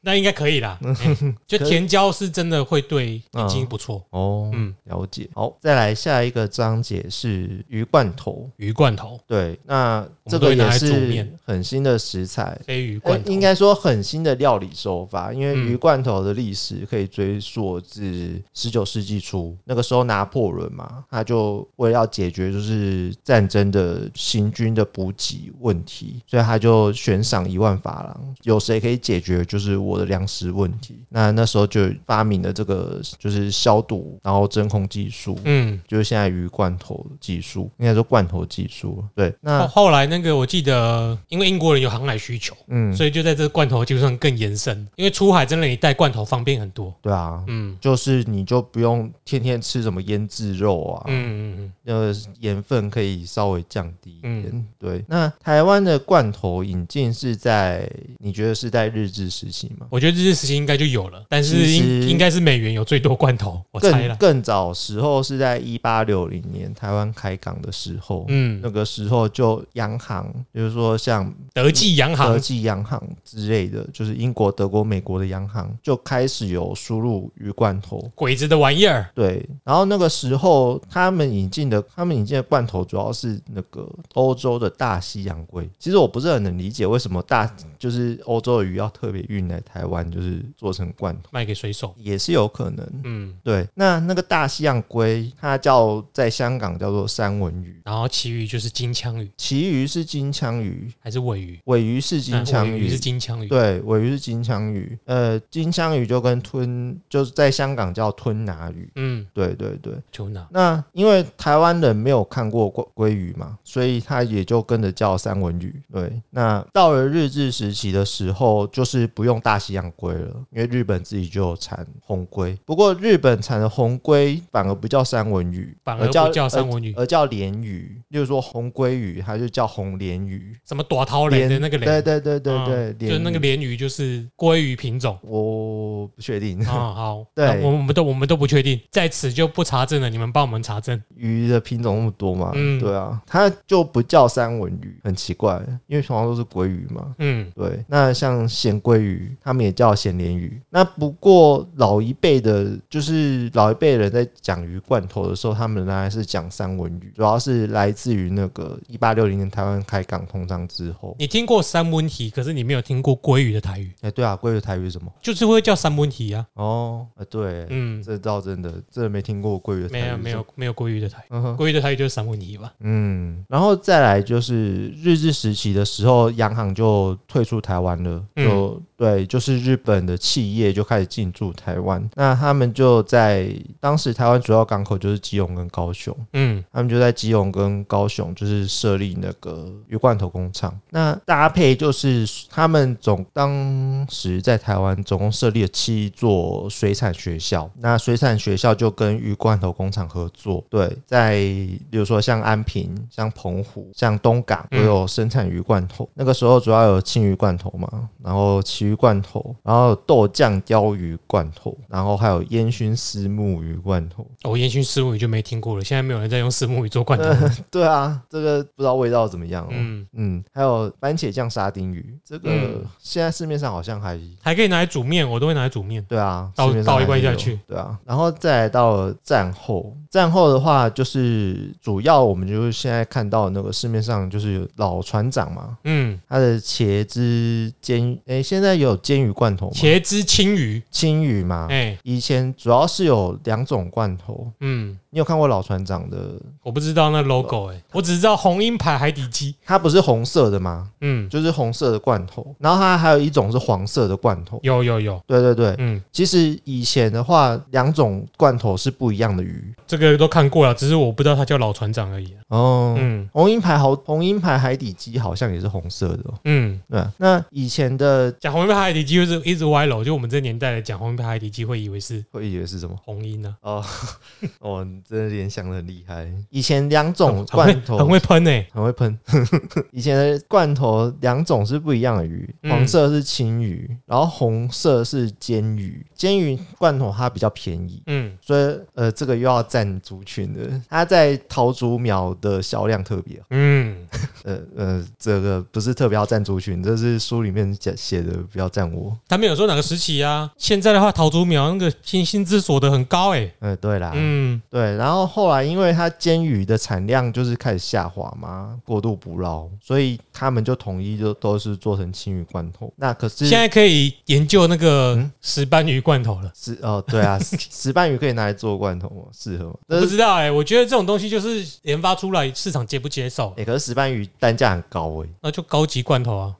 那应该可以 *laughs* 啦。哎就甜椒是真的会对眼睛不错。哦，嗯，了解。好，再来下一个章节是鱼罐头。鱼罐头，对，那我这们都个会拿也来煮是面很新的食材，非鱼呃罐头，应该说很新的料理手法，因为嗯鱼罐头的历史可以追溯至十九世纪初，那个时候拿破仑嘛，他就为了要解决就是战争的行军的补给问题，所以他就悬赏一万法郎，有谁可以解决就是我的粮食问题？那那时候就发明了这个就是消毒，然后真空技术。嗯。就是现在鱼罐头技术，应该说罐头技术。对，那后后来那个我记得，因为英国人有航海需求，嗯，所以就在这个罐头基础上更延伸。因为出海真的你带罐头方便很多。对啊，嗯就是你就不用天天吃什么腌制肉啊，嗯嗯那个盐分可以稍微降低一点。嗯对，那台湾的罐头引进是在你觉得是在日治时期吗？我觉得日治时期应该就有了，但是其实应应该是美元有最多罐头，我猜更了。更早时候是在一八六零年台湾开港的时候，嗯那，个时候就洋行，比如说像德记洋德行，记洋行之类的，就是英国、德国、美国的洋行就开始有输入鱼罐头，鬼子的玩意儿，对，然后那个时候他们引进的，他们引进的罐头主要是那个欧洲的大西洋龟。其实我不是很能理解为什么大就是欧洲的鱼要特别运来台湾，就是做成罐头，卖给水手。也是有可能。嗯，对，那那个大西洋龟，它叫在香港叫做三文鱼，然后其余就是金枪鱼其余是金枪鱼，还是尾鱼？尾鱼是金枪嗯尾鱼，是金枪鱼。对，尾鱼是金枪鱼。呃，金枪鱼就跟吞，就是在香港叫吞拿鱼。嗯，对对对，就那那因为台湾人没有看过鲑鲑鱼嘛，所以他也就跟着叫三文鱼。对，那到了日治时期的时候，就是不用大西洋鲑了，因为日本自己就有产红鲑。不过日本产的红鲑反而不叫三文鱼，反而叫呃不叫三文鱼而，而叫鲢鱼。例如说红鲑鱼，它就叫红鲢鱼。什么短桃鲢哦的那个对鲢，对对对对，嗯就是那个鲢鱼，鲢鱼，就是鲑鱼品 *laughs* 种。我不确定。啊、好，对那我们我们都我们都不确定，在此就不查证了，你们帮我们查证。鱼的品种那么多嘛，嗯对啊，它就不叫三文鱼，很奇怪，因为通常都是鲑鱼嘛。嗯，对，那像咸鲑鱼，他们也叫咸鲢鱼。那不过老一辈的，就是老一辈人在讲鱼罐头的时候，他们仍然是讲三文鱼，主要是来自于那个一八六零年台湾开港通商之后。你听过三文鱼，可是你没有听过鲑鱼的台语，哎、对啊，鲑鱼台语是什么？就是会叫三文鱼啊。哦，呃，对，嗯，这倒真的，真的没听过鲑鱼的台没语是什有么没有，没有鲑鱼的台语，嗯哼。鲑鱼的台语就是三文鱼吧。嗯，然后再来就是日治时期的时候，洋行就退出台湾了，嗯就、对，就是日本的企业就开始进驻台湾。那他们就在当时台湾主要港口就是基隆跟高雄，嗯，他们就在基隆跟高雄就是设立那个鱼罐头工厂。那搭配就是他们总当时在台湾总共设立了七座水产学校，那水产学校就跟鱼罐头工厂合作，对，在比如说像安平、像澎湖、像东港都嗯有生产鱼罐头。那个时候主要有青鱼罐头嘛，然后旗鱼罐头，然后豆酱鲷鱼罐头，然后还有烟熏丝木鱼罐头。哦我烟熏丝木鱼就没听过了，现在没有人在用丝木鱼做罐头 *laughs* 了。对啊，这个不知道味道怎么样、哦。嗯嗯，还有番茄酱沙丁鱼，这个嗯现在市面上好像还还可以拿来煮面，我都会拿来煮面。对啊，倒市面上还倒一罐有下去，对啊，然后再来到了战后，战后的话就是主要我们就是现在看到那个市面上就是有老船长嘛，嗯，他的茄子煎，诶、现在有煎鱼罐头吗？茄汁青鱼，青鱼嘛，哎、以前主要是有两种罐头，嗯，你有看过老船长的？我不知道那 logo 哎、我只知道红鹰牌海底鸡。它不是红色的吗？嗯，就是红色的罐头，然后它还有一种是黄色的罐头。有有有，对对对，嗯，其实以前的话，两种罐头是不一样的鱼。这个都看过了，只是我不知道他叫老船长而已啊。哦，嗯红鹰牌好，红鹰牌海底鸡好像也是红色的、哦。嗯，对啊，那以前的讲红鹰牌海底鸡就是一直歪楼，就我们这年代的讲红鹰牌海底鸡会以为是会以为是什么？红啊鹰呢、哦， *laughs* 哦，你真的联想的很厉害。以前两种啊，很罐会头很会喷哎呢、很会喷。 *laughs* 以前的罐头两种是不一样的鱼，嗯黄色是青鱼，然后红色是煎鱼。煎鱼罐头它比较便宜，嗯，所以呃，这个又要占族群的。它在桃竹苗的销量特别，嗯，呃呃，这个不是特别要占族群，这是书里面写写的，不要占我。他们有说哪个时期啊？现在的话，桃竹苗那个薪薪资所得很高哎、嗯、对啦，嗯，对，然后后来因为它煎鱼的产量就是开始下滑嘛，过度捕捞，所以他们就统一就都是做成青鱼罐头。那可是现在可以研究那个嗯石斑鱼罐头了。石哦，对 *laughs* 啊，石石斑鱼可以拿来做罐头吗？适合吗？我但不是知道哎、我觉得这种东西就是研发出来市场接不接受，哎、可是石斑鱼单价很高诶、那就高级罐头啊。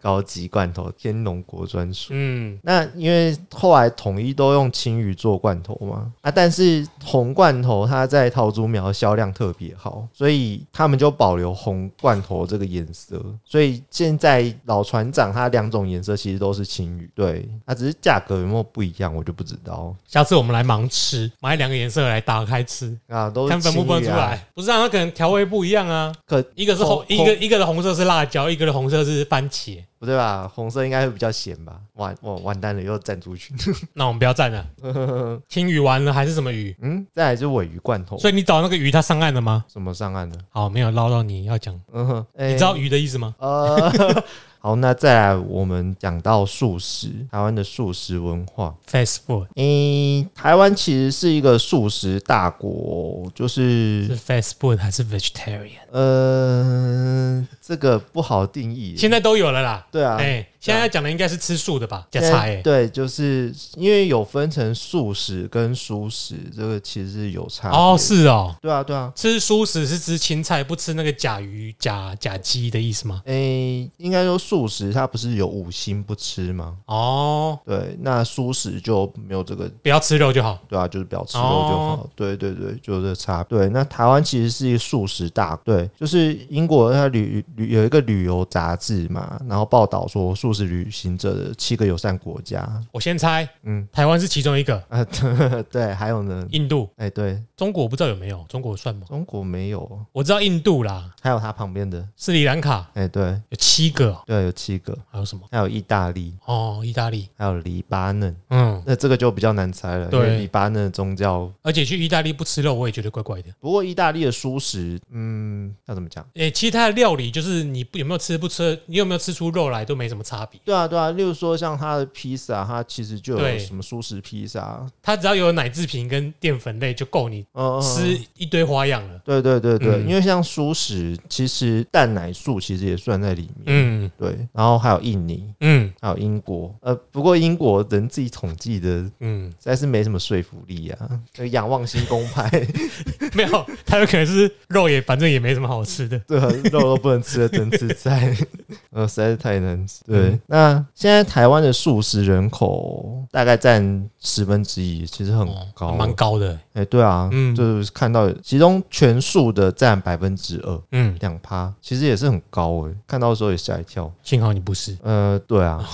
高级罐头，天龙国专属。嗯，那因为后来统一都用青鱼做罐头嘛，啊，但是红罐头它在桃竹苗销量特别好，所以他们就保留红罐头这个颜色。所以现在老船长他两种颜色其实都是青鱼，对，它只是价格有没有不一样，我就不知道下次我们来盲吃，买两个颜色来打开吃，啊，都是看分不青分鱼出啊。来。不是啊，它可能调味不一样啊，可一个是红红，一个一个的红色是辣椒，一个的红色是番茄。不对吧？红色应该会比较咸吧？完，我完蛋了，又站出去。那我们不要蘸了， *laughs* 青鱼完了还是什么鱼？嗯，再来就尾鱼罐头，所以你找那个鱼，它上岸了吗？什么上岸了？好，没有捞到你要讲，嗯哼，你你知道鱼的意思吗？呃， *laughs* 好，那再来我们讲到素食，台湾的素食文化。 fast food 诶、台湾其实是一个素食大国，就是是 fast food 还是 vegetarian？呃，这个不好定义。现在都有了啦。对啊，哎，现在讲的应该是吃素的吧？加现在菜欸。对，就是因为有分成素食跟蔬食，这个其实有差别哦，，是哦，对啊，对啊。吃素食是吃青菜，不吃那个甲鱼、甲甲鸡的意思吗？诶、应该说素食它不是有五星不吃吗？哦，对，那素食就没有这个不要吃肉就好。对啊，就是不要吃肉就好。对对对，就是这个差。对，那台湾其实是一个素食大国，对，就是英国它旅旅有一个旅游杂志嘛，然后报道说素食旅行者的七个友善国家。我先猜，嗯台湾是其中一个，啊，对对，还有呢，印度、哎、对中国不知道有没有，中国算吗？中国没有，我知道印度啦，还有它旁边的，斯里兰卡哎、对有七个哦，对，有七个，还有什么？还有意大利，哦，意大利，还有黎巴嫩。嗯，那这个就比较难猜了，因对为黎巴嫩的宗教。而且去意大利不吃肉，我也觉得怪怪的。不过意大利的素食，嗯，要怎么讲？诶、其实它的料理就是你不有没有吃不吃，你有没有吃出肉来都没什么差别。对啊，对啊，例如说像它的披萨，它其实就对有什么素食披萨，它只要有奶制品跟淀粉类就够你嗯，嗯吃。嗯一堆花样了。对对对对，嗯因为像素食，其实蛋奶素其实也算在里面。嗯对，然后还有印尼，嗯还有英国。呃，不过英国人自己统计的实嗯，在是没什么说服力啊，那个仰望星公派， *laughs* 嗯没有， *laughs* 它有可能是肉也反正也没什么好吃的。对啊，肉都不能吃的真吃菜，呃，实在 *laughs* 是太难吃。对，嗯那现在台湾的素食人口大概占十分之一，其实很高，哦蛮高的。哎、对啊，嗯就是看到其中全数的占百分之二，嗯，两趴，其实也是很高哎、看到的时候也吓一跳。幸好你不是，呃，*laughs* 对啊，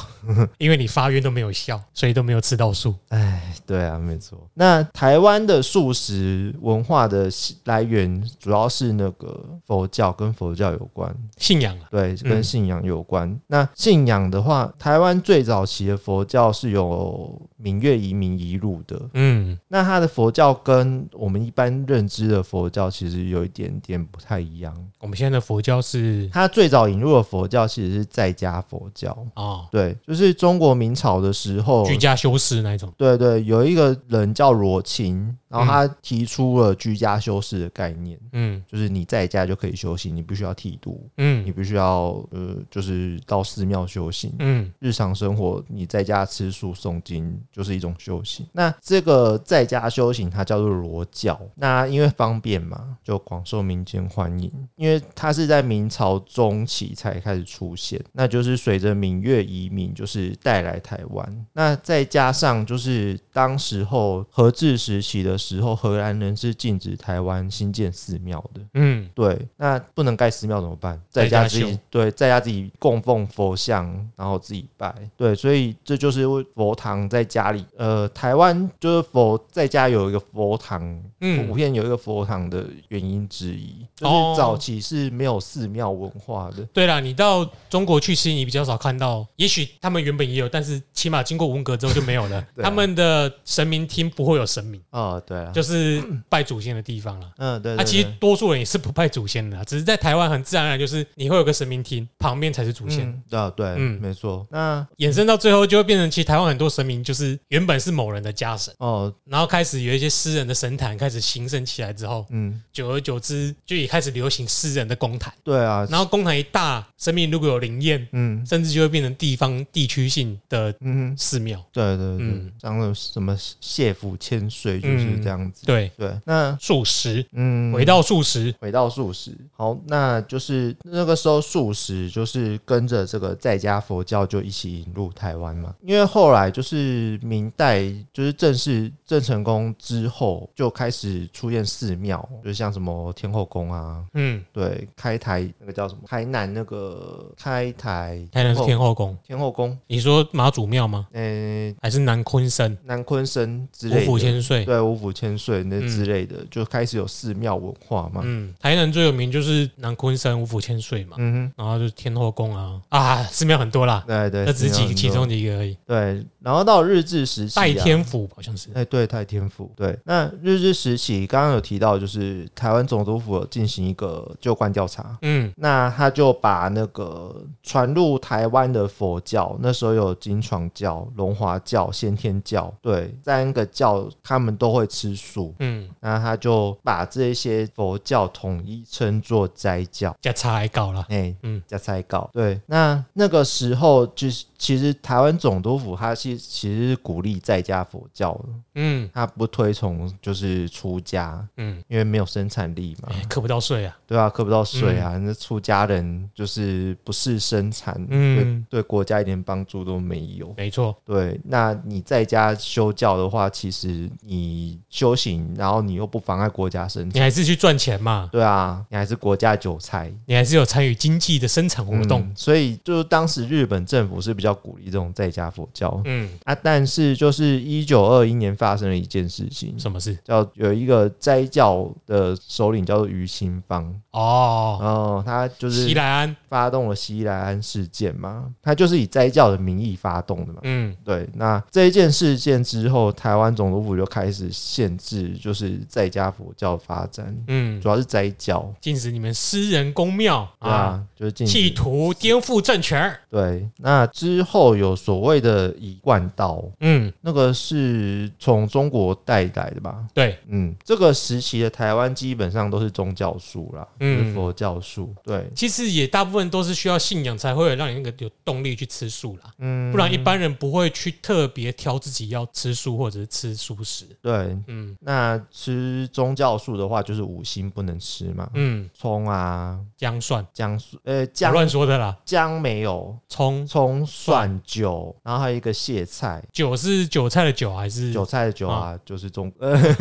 因为你发晕都没有效，所以都没有吃到素。哎，对啊，没错。那台湾的素食文化的来源主要是那个佛教，跟佛教有关，信仰啊，对，跟嗯信仰有关。那信仰的话，台湾最早期的佛教是有闽越移民移入的，嗯，那它的佛教跟我们一般认知的佛教其实有一点点不太一样。我们现在的佛教是它最早引入的佛教其实是在家佛教，啊、对，就是中国明朝的时候居，家修士那一种。对对，有一个人叫罗钦，然后他提出了居家休息的概念，嗯就是你在家就可以休息，你不需要剃度，你嗯不需要呃，就是到寺庙修行。嗯日常生活，你在家吃素诵经就是一种修行。那这个在家修行，它叫做罗教。那因为方便嘛，就广受民间欢迎。因为它是在明朝中期才开始出现，那就是随着闽越移民就是带来台湾。那再加上就是当时候和治时期的时候，荷兰人是禁止台湾新建寺庙的。嗯对，那不能盖寺庙怎么办？在在家家自己修对，在家自己供奉佛像，然后自己拜。对，所以这就是佛堂在家里。呃，台湾就是佛在家有一个佛堂，普嗯，遍有一个佛堂的原因之一，就哦是早期是没有寺庙文化的。对啦，你到中国去吃，你比较少看到，也许他们原本也有，但是起码经过文革之后就没有了。 *laughs* 对啊他们的神明厅不会有神明，哦，对啊，就是拜祖先的地方啦。嗯，对那、对其实对多数人也是不拜祖先的啦，只是在台湾很自然而然就是你会有个神明厅，旁边才是祖先。嗯，对啊，对，嗯没错。那衍生到最后就会变成，其实台湾很多神明就是原本是某人的家神，哦，然后开始有一些私人的神坛开始兴盛起来之后，嗯，久而久之就也开始流行私人的公 *laughs* 坛，对啊，然后公坛一大，神明如果有灵验，嗯甚至就会变成地方地区性的嗯哼，寺庙。对对对嗯，像那什么谢府千岁就是这样子。对，对，那素食嗯，回到素食，回到素食，好，那就是那个时候素食就是跟着这个在家佛教就一起引入台湾嘛，因为后来就是明代就是正式郑成功之后就开始出现寺庙，就像什么天后宫啊，嗯，对，开台那个叫什么台南那个开台台南是天后后宫，天后宫，你说妈祖庙吗？嗯、还是南昆山南昆生之五类府的。千岁？对，五府千岁那之类的，就开始有寺庙文化嘛。嗯，台南最有名就是南昆山五府千岁嘛，啊嗯然后就是天后宫啊，啊，寺庙很多啦哼，，对对，那只是寺庙几很其多中的一个而已。对，然后到日治时期、啊，代天府好像是，哎，对，太天府。对，那日治时期刚刚有提到，就是台湾总督府有进行一个旧观调查，嗯那他就把那个传入台湾的佛教，那时候有金床教、龙华教、先天教，对，三个教他们都会吃素，嗯，那他就把这些佛教统一称作斋教。加差还搞啦。哎、嗯嗯，加猜稿。对，那那个时候就是，其实台湾总督府他是其实是鼓励在家佛教的，嗯他不推崇就是出家，嗯，因为没有生产力嘛，哎扣不到税啊，对啊？课不到税啊，那出家人就是不是生产，嗯对对国家一点帮助都没有。没错，对，那你在家修教的话，其实你修行，然后你又不妨碍国家生你产，还是去赚钱嘛，对啊，你还是国家韭菜。你还是有参与经济的生产活动。嗯所以就是当时日本政府是比较鼓励这种在家佛教、嗯，啊，但是就是一九二一年发生了一件事情，什么事？叫有一个斋教的首领叫做于新芳，哦，然后他就西是啊莱安，发动了西莱安事件嘛，他就是以斋教的名义发动的嘛。嗯对，那这一件事件之后，台湾总督府就开始限制，就是在家佛教发展，嗯，主要是斋教，禁止你们私人公庙对啊，啊，就是禁止企图颠覆政权儿。对，那之后有所谓的一贯道，嗯，那个是从中国带来的吧？对，嗯，这个时期的台湾基本上都是宗教术啦，嗯就是佛教术。对，其实也大部分都是需要信仰才会有让你那个有动力去吃素啦，嗯，不然一般人不会去特别挑自己要吃素或者是吃素食。对，嗯那吃宗教术的话，就是五辛不能吃嘛，嗯，葱啊、姜蒜，姜蒜，呃，我姜乱说的啦。姜没有，葱葱、蒜、酒，然后还有一个苋菜，韭是韭菜的韭还是韭菜的韭啊，就是中， *laughs*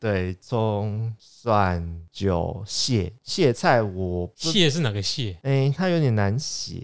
对，葱、蒜、酒、苋苋菜我不蟹是哪个蟹？哎、它有点难写，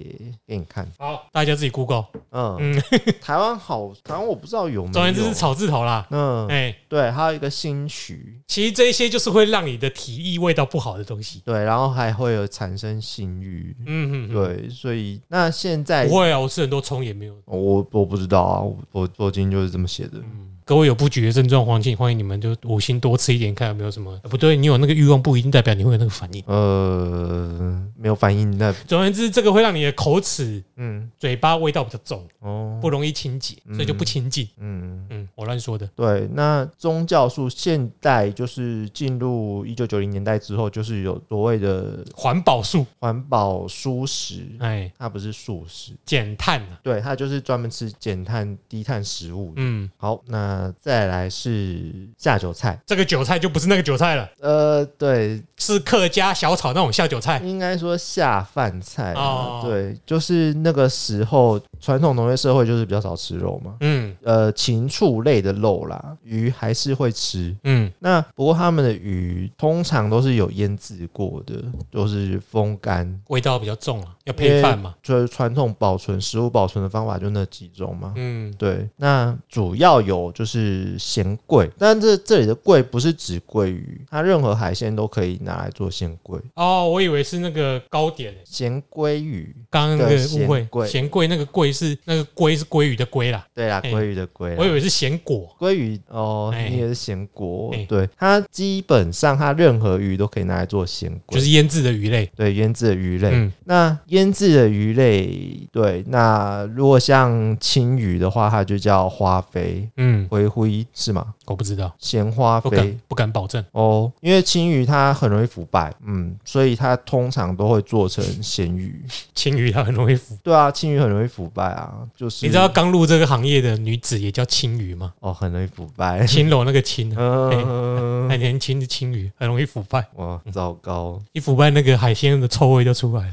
给你看。好，大家自己 Google。嗯，嗯 *laughs* 台湾好，台湾我不知道有没有。总而言之是草字头啦。嗯，哎，对，还有一个新曲，其实这一些就是会让你的体液味道不好的东西。对，然后还会有产生性欲，嗯嗯，对，所以那现在不会啊，我吃很多葱也没有。我我不知道啊，我我我今天就是这么写的。嗯，各位有不举的症状，黄金欢迎你们就五星多吃一点，看有没有什么、呃不对，你有那个欲望不一定代表你会有那个反应。呃，没有反应，那总而言之，这个会让你的口齿、嗯嘴巴味道比较重，哦，不容易清洁，所以就不清净。嗯，嗯，我乱说的。对，那宗教术现代就是进入一九九零年代之后，就是有所谓的环保素，环保蔬食，哎，它不是素食，减碳啊。对，它就是专门吃减碳低碳食物。嗯，好，那再来是下酒菜，这个韭菜就不是那个韭菜了，呃，对，是客家小炒那种下酒菜。应该说下饭菜啊、哦对，就是那个时候传统农业社会就是比较少吃肉嘛，嗯呃，禽畜类的肉啦，鱼还是会吃。嗯，那不过他们的鱼通常都是有腌制过的，都、是风干，味道比较重啊，要配饭嘛。就是传统保存食物保存的方法就那几种嘛。嗯，对，那主要有就是咸桂，但这这里的桂不是指桂鱼，它任何海鲜都可以拿来做咸桂。哦，我以为是那个糕点欸，咸鲑鱼，刚刚那对个误咸会，桂咸桂那个桂是那个龟是鲑鱼的龟啦，对啦，哎鲑鱼的鲑啦，我以为是咸果。鲑鱼哦，哎你也是咸锅，哎对它基本上它任何鱼都可以拿来做咸锅，就是腌制的鱼类，对腌制的鱼类。嗯，那腌制的鱼类，对，那如果像青鱼的话，它就叫花飞嗯，灰灰是吗？我不知道，咸花不敢飞不敢保证。哦，因为青鱼它很容易腐败，嗯，所以它通常都会做成咸鱼。青鱼它很容易腐，对啊，青鱼很容易腐败啊，就是你知道刚入这个行业的女子也叫青鱼 *laughs* 吗？哦，很容易腐 *laughs* 败。青楼那个青啊，嗯，很年轻的青鱼很容易腐败，哇，糟糕，一腐败那个海鲜的臭味就出来了。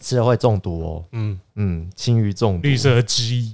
吃了会中毒哦。嗯，嗯，青鱼中毒绿色之一，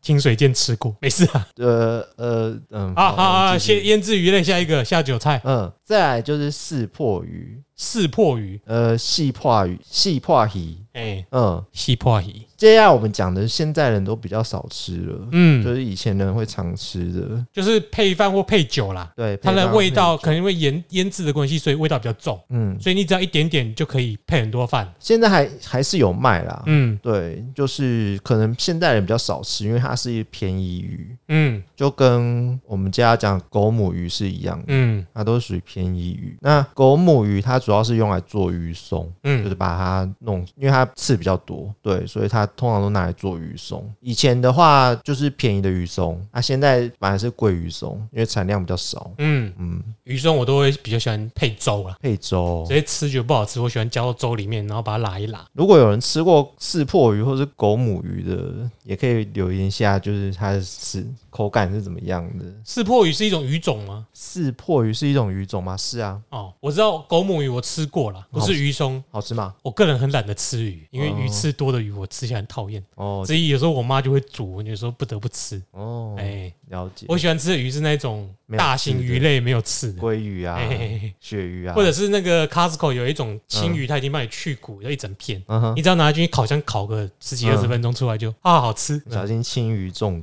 清水见吃过，没事啊。呃呃嗯，啊好啊，继续先腌制鱼类，下一个下酒菜嗯，再来就是四破鱼，四破鱼，呃，细破鱼，细破鱼，哎，嗯，西破鱼，接下来我们讲的现在人都比较少吃了，就嗯，是以前人会常吃的，就是配饭或配酒啦。对，它配的方味配道，可能因为腌腌制的关系，所以味道比较重，嗯，所以你只要一点点就可以配很多饭。现在还还是有卖啦，嗯对，就是可能现代人比较少吃，因为它是便宜鱼，嗯就跟我们家讲狗母鱼是一样的。嗯它都是属于便宜鱼。那狗母鱼它主要是用来做鱼松，就是嗯，把它弄，因为它刺比较多，对，所以它通常都拿来做鱼松。以前的话就是便宜的鱼松，啊，现在反而是贵鱼松，因为产量比较少。嗯，嗯，哦鱼松我都会比较喜欢配粥啦，配粥直。接吃觉得不好吃，我喜欢加到粥里面，然后把它拉一拉。如果有人吃过四破鱼或是狗母鱼的，也可以留言一下，就是它是口感是怎么样的。四破鱼是一种鱼种吗？四破鱼是一种鱼种吗？是啊，哦，我知道狗母鱼我吃过啦，不是鱼松。好吃吗？我个人很懒得吃鱼，因为哦鱼刺多的鱼我吃起来很讨厌，哦所以有时候我妈就会煮，我有时候不得不吃。哦，哎，了解。我喜欢吃的鱼是那种大型鱼类没有刺的，鲑鱼啊，哎，鳕鱼啊，或者是那个 Costco 有一种青鱼，它已经帮你去骨，要一整片，嗯哼你只要拿进去烤箱烤个十几二十嗯分钟出来就啊好吃。小心青鱼中。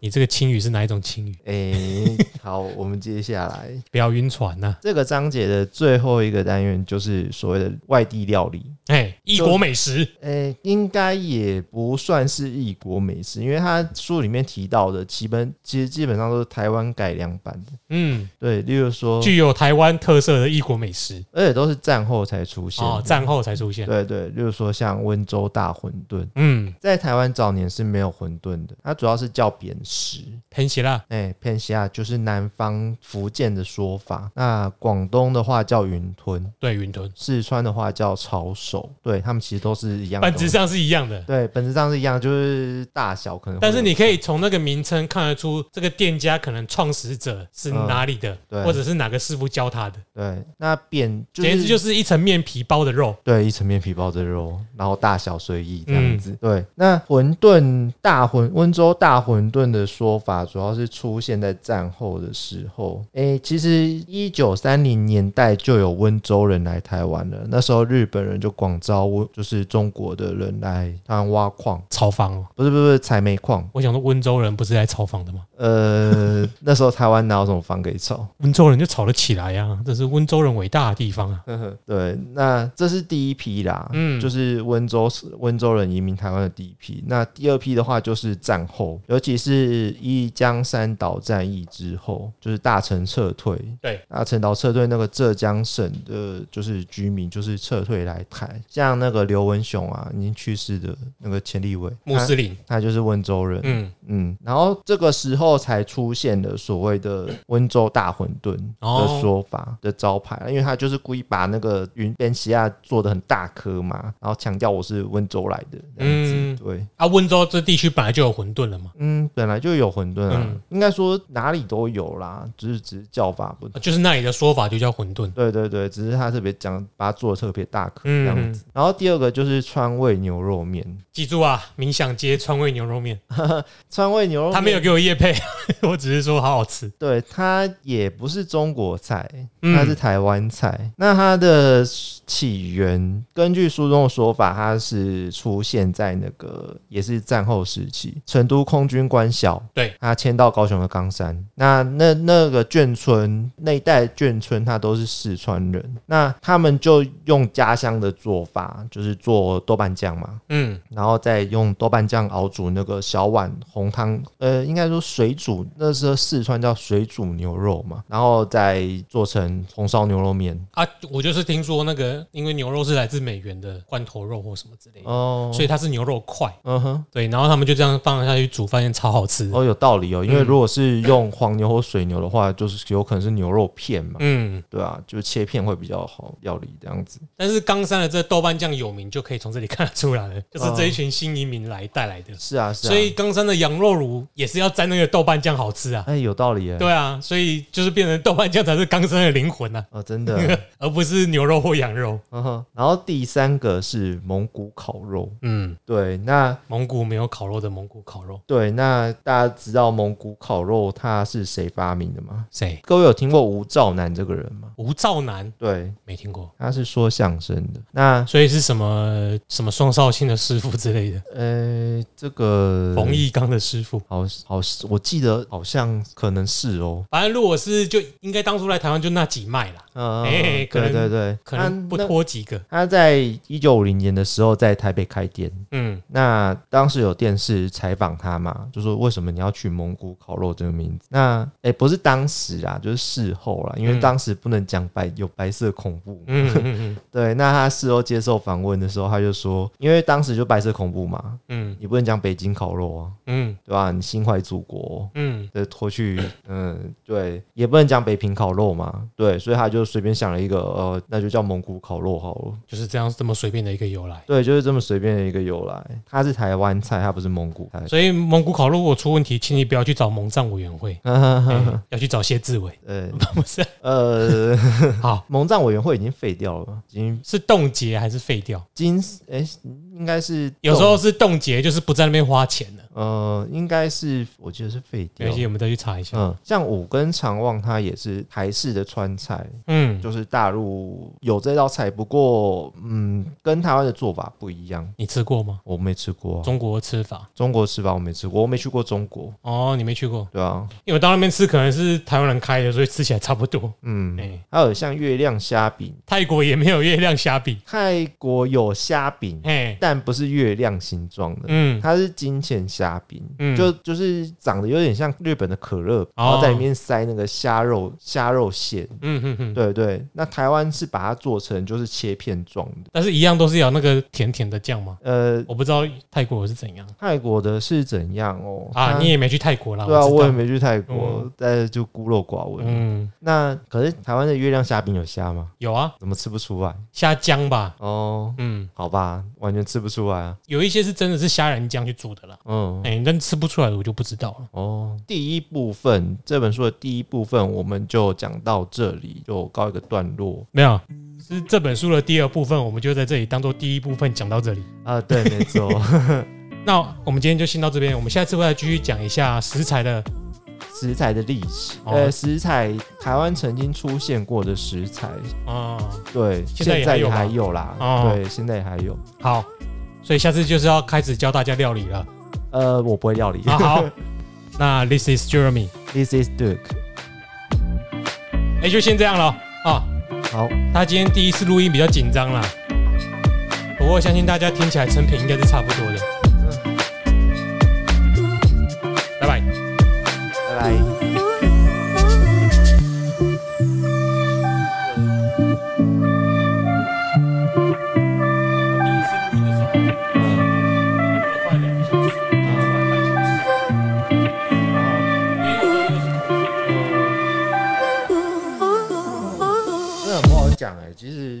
你这个青鱼是哪一种青鱼？ *laughs* 哎、好，我们接下来不要晕船呐！这个章节的最后一个单元就是所谓的外地料理。哎，异国美食，哎、应该也不算是异国美食，因为它书里面提到的，基本其实基本上都是台湾改良版的。嗯，对，例如说，具有台湾特色的异国美食而且都是战后才出现的哦，战后才出现。对对，例如说像温州大馄饨，嗯，在台湾早年是没有馄饨的，它主要是叫扁食。喷血啦，哎，偏西亚就是南方福建的说法，那广东的话叫云吞，对，云吞，四川的话叫抄手，对他们其实都是一样的本东西，质上是一样的。对本质上是一样，就是大小可能会但有。是你可以从那个名称看得出，这个店家可能创始者是哪里的，嗯对或者是哪个师傅教他的。对那扁就简言之，是就是一层面皮包的肉。对一层面皮包着肉，然后大小随意这嗯样子。对，那馄饨大馄温州大馄饨的说法，主要是出现在战后的时候。诶，其实一九三零年代就有温州人来台湾了，那时候日本人就广招到我就是中国的人来台湾挖矿，炒房哦。不是不是不是采煤矿，我想说，温州人不是来炒房的吗？呃， *laughs* 那时候台湾哪有什么房可以炒？温州人就炒得起来呀、啊，这是温州人伟大的地方呃啊。对，那这是第一批啦，嗯就是温州温州人移民台湾的第一批。那第二批的话就是战后，尤其是一江山岛战役之后，就是大城撤退。对，大城岛撤退，那个浙江省的就是居民就是撤退来台，像那个刘文雄啊，已经去世的那个钱立伟，穆他斯林，他就是温州人。嗯，嗯，然后这个时候才出现了所谓的温州大馄饨哦的说法的招牌，啊因为他就是故意把那个云边西亚做的很大颗嘛，然后强调我是温州来的这样子。嗯对，啊，温州这地区本来就有馄饨了嘛，嗯，本来就有馄饨啊，嗯应该说哪里都有啦，只是只是叫法不同。就是那里的说法就叫馄饨。对对对，只是他特别讲，把它做的特别大颗这样呃嗯子。，然后第二个就是川味牛肉面，记住啊，冥想街川味牛肉面，川味牛肉面他没有给我叶配， *laughs* 我只是说好好吃。对，它也不是中国菜，嗯它是台湾菜。那它的起源，根据书中的说法，它是出现在那个也是战后时期，成都空军官校，对，他迁到高雄的冈山。那那那个眷村那一带眷村，他都是四川人，那他们就用家乡的做法，就是做豆瓣酱嘛，嗯，然后再用豆瓣酱熬煮那个小碗红汤，呃，应该说水煮，那时候四川叫水煮牛肉嘛，然后再做成红烧牛肉面。啊，我就是听说那个，因为牛肉是来自美元的罐头肉或什么之类的，哦，所以它是牛肉块。嗯哼，对，然后他们就这样放下去煮，发现超好吃。哦，有道理哦，嗯因为如果是用黄牛或水牛的话，就是有可能是牛肉片嘛，嗯，对啊，就切片会比较好料理这样子。但是冈山的这豆瓣酱有名，就可以从这里看得出来了，就是这一群新移民来带来的。是啊，是啊，所以冈山的羊肉炉也是要沾那个豆瓣酱好吃啊。哎，有道理耶。对啊，所以就是变成豆瓣酱才是冈山的灵魂啊，*laughs* 哦，真的，而不是牛肉或羊肉。嗯哼。然后第三个是蒙古烤肉，嗯，对，那蒙古没有烤肉的蒙古烤肉，对，那大家知道蒙古烤肉它是谁发明的吗？谁？各位有听过吴兆南这个人吗？吴兆南对，没听过，他是说相声的。那所以是什么什么双绍兴的师傅之类的，呃，这个冯一刚的师傅。好好，我记得好像可能是哦。反正如果是就应该当初来台湾就那几脉啦，嗯，哎可能对对对，可他能不那脱几个。他在一九五零年的时候在台北开店，嗯，那当时有电视采访他嘛，就说为什么你要取蒙古烤肉这个名字？那哎、不是当时啊，就是事后啦，因为嗯当时不能讲白有白色恐怖嘛，嗯嗯对，那他事后接受访问的时候，他就说，因为当时就白色恐怖嘛，嗯你不能讲北京烤肉啊，嗯对吧？你心怀祖国，嗯对，拖去，嗯，对，也不能讲北平烤肉嘛，对，所以他就随便想了一个，呃，那就叫蒙古烤肉好了。嗯，就是这样这么随便的一个由来。对，就是这么随便的一个由来。它是台湾菜，它不是蒙古菜。所以蒙古烤肉如果出问题，请你不要去找蒙藏委员 *laughs* 会，哎要去找谢志伟， *laughs* 呃不 *laughs* 是呃，好。蒙藏委员会已经废掉了嘛，已经是冻结还是废掉？今哎、应该是有时候是冻结，就是不在那边花钱了。呃，应该是我记得是废没掉关。系，我们再去查一下。嗯，像五根肠旺，它也是台式的川菜，嗯，就是大陆有这道菜，不过嗯，跟台湾的做法不一样。你吃过吗？我没吃过啊、中国吃法中国吃法我没吃过，我没去过中国，哦，你没去过，对啊，因为我到那边吃可能是台湾人开的，所以吃起来差不多。嗯，哎、还有像月亮虾饼，泰国也没有月亮虾饼，泰国有虾饼，哎、但不是月亮形状的，嗯，它是金钱虾饼，嗯就就是长得有点像日本的可乐，然后在里哦面塞那个虾肉虾肉馅。嗯哼哼，对对，那台湾是把它做成就是切片状的，但是一样都是有那个甜甜的酱吗？呃，我不知道泰国是怎样泰国的是怎样哦？啊，它你也没去泰国啦，对啊，知道我也没去泰国嗯，但是就孤陋寡闻。嗯，那可是台湾的月亮虾饼有虾吗？有啊，怎么吃不出来？虾浆吧，哦，嗯，好吧，完全吃不出来啊。有一些是真的是虾仁酱去煮的啦，嗯，哎、但吃不出来的我就不知道了。哦，第一部分这本书的第一部分我们就讲到这里，就告一个段落没有，是这本书的第二部分，我们就在这里当做第一部分讲到这里。啊。对，没 *laughs* 错。那我们今天就先到这边，我们下次会再继续讲一下食材的食材的历史，哦呃，食材台湾曾经出现过的食材，啊、嗯，对，现在也还有也吧还有啦，哦对，现在也还有。好，所以下次就是要开始教大家料理了。呃，我不会料理。啊，好，那 This is Jeremy， This is Duke。哎、就先这样了啊。好，他今天第一次录音比较紧张啦，不过相信大家听起来成品应该是差不多的。拜拜。拜拜。真的很不好讲哎、其实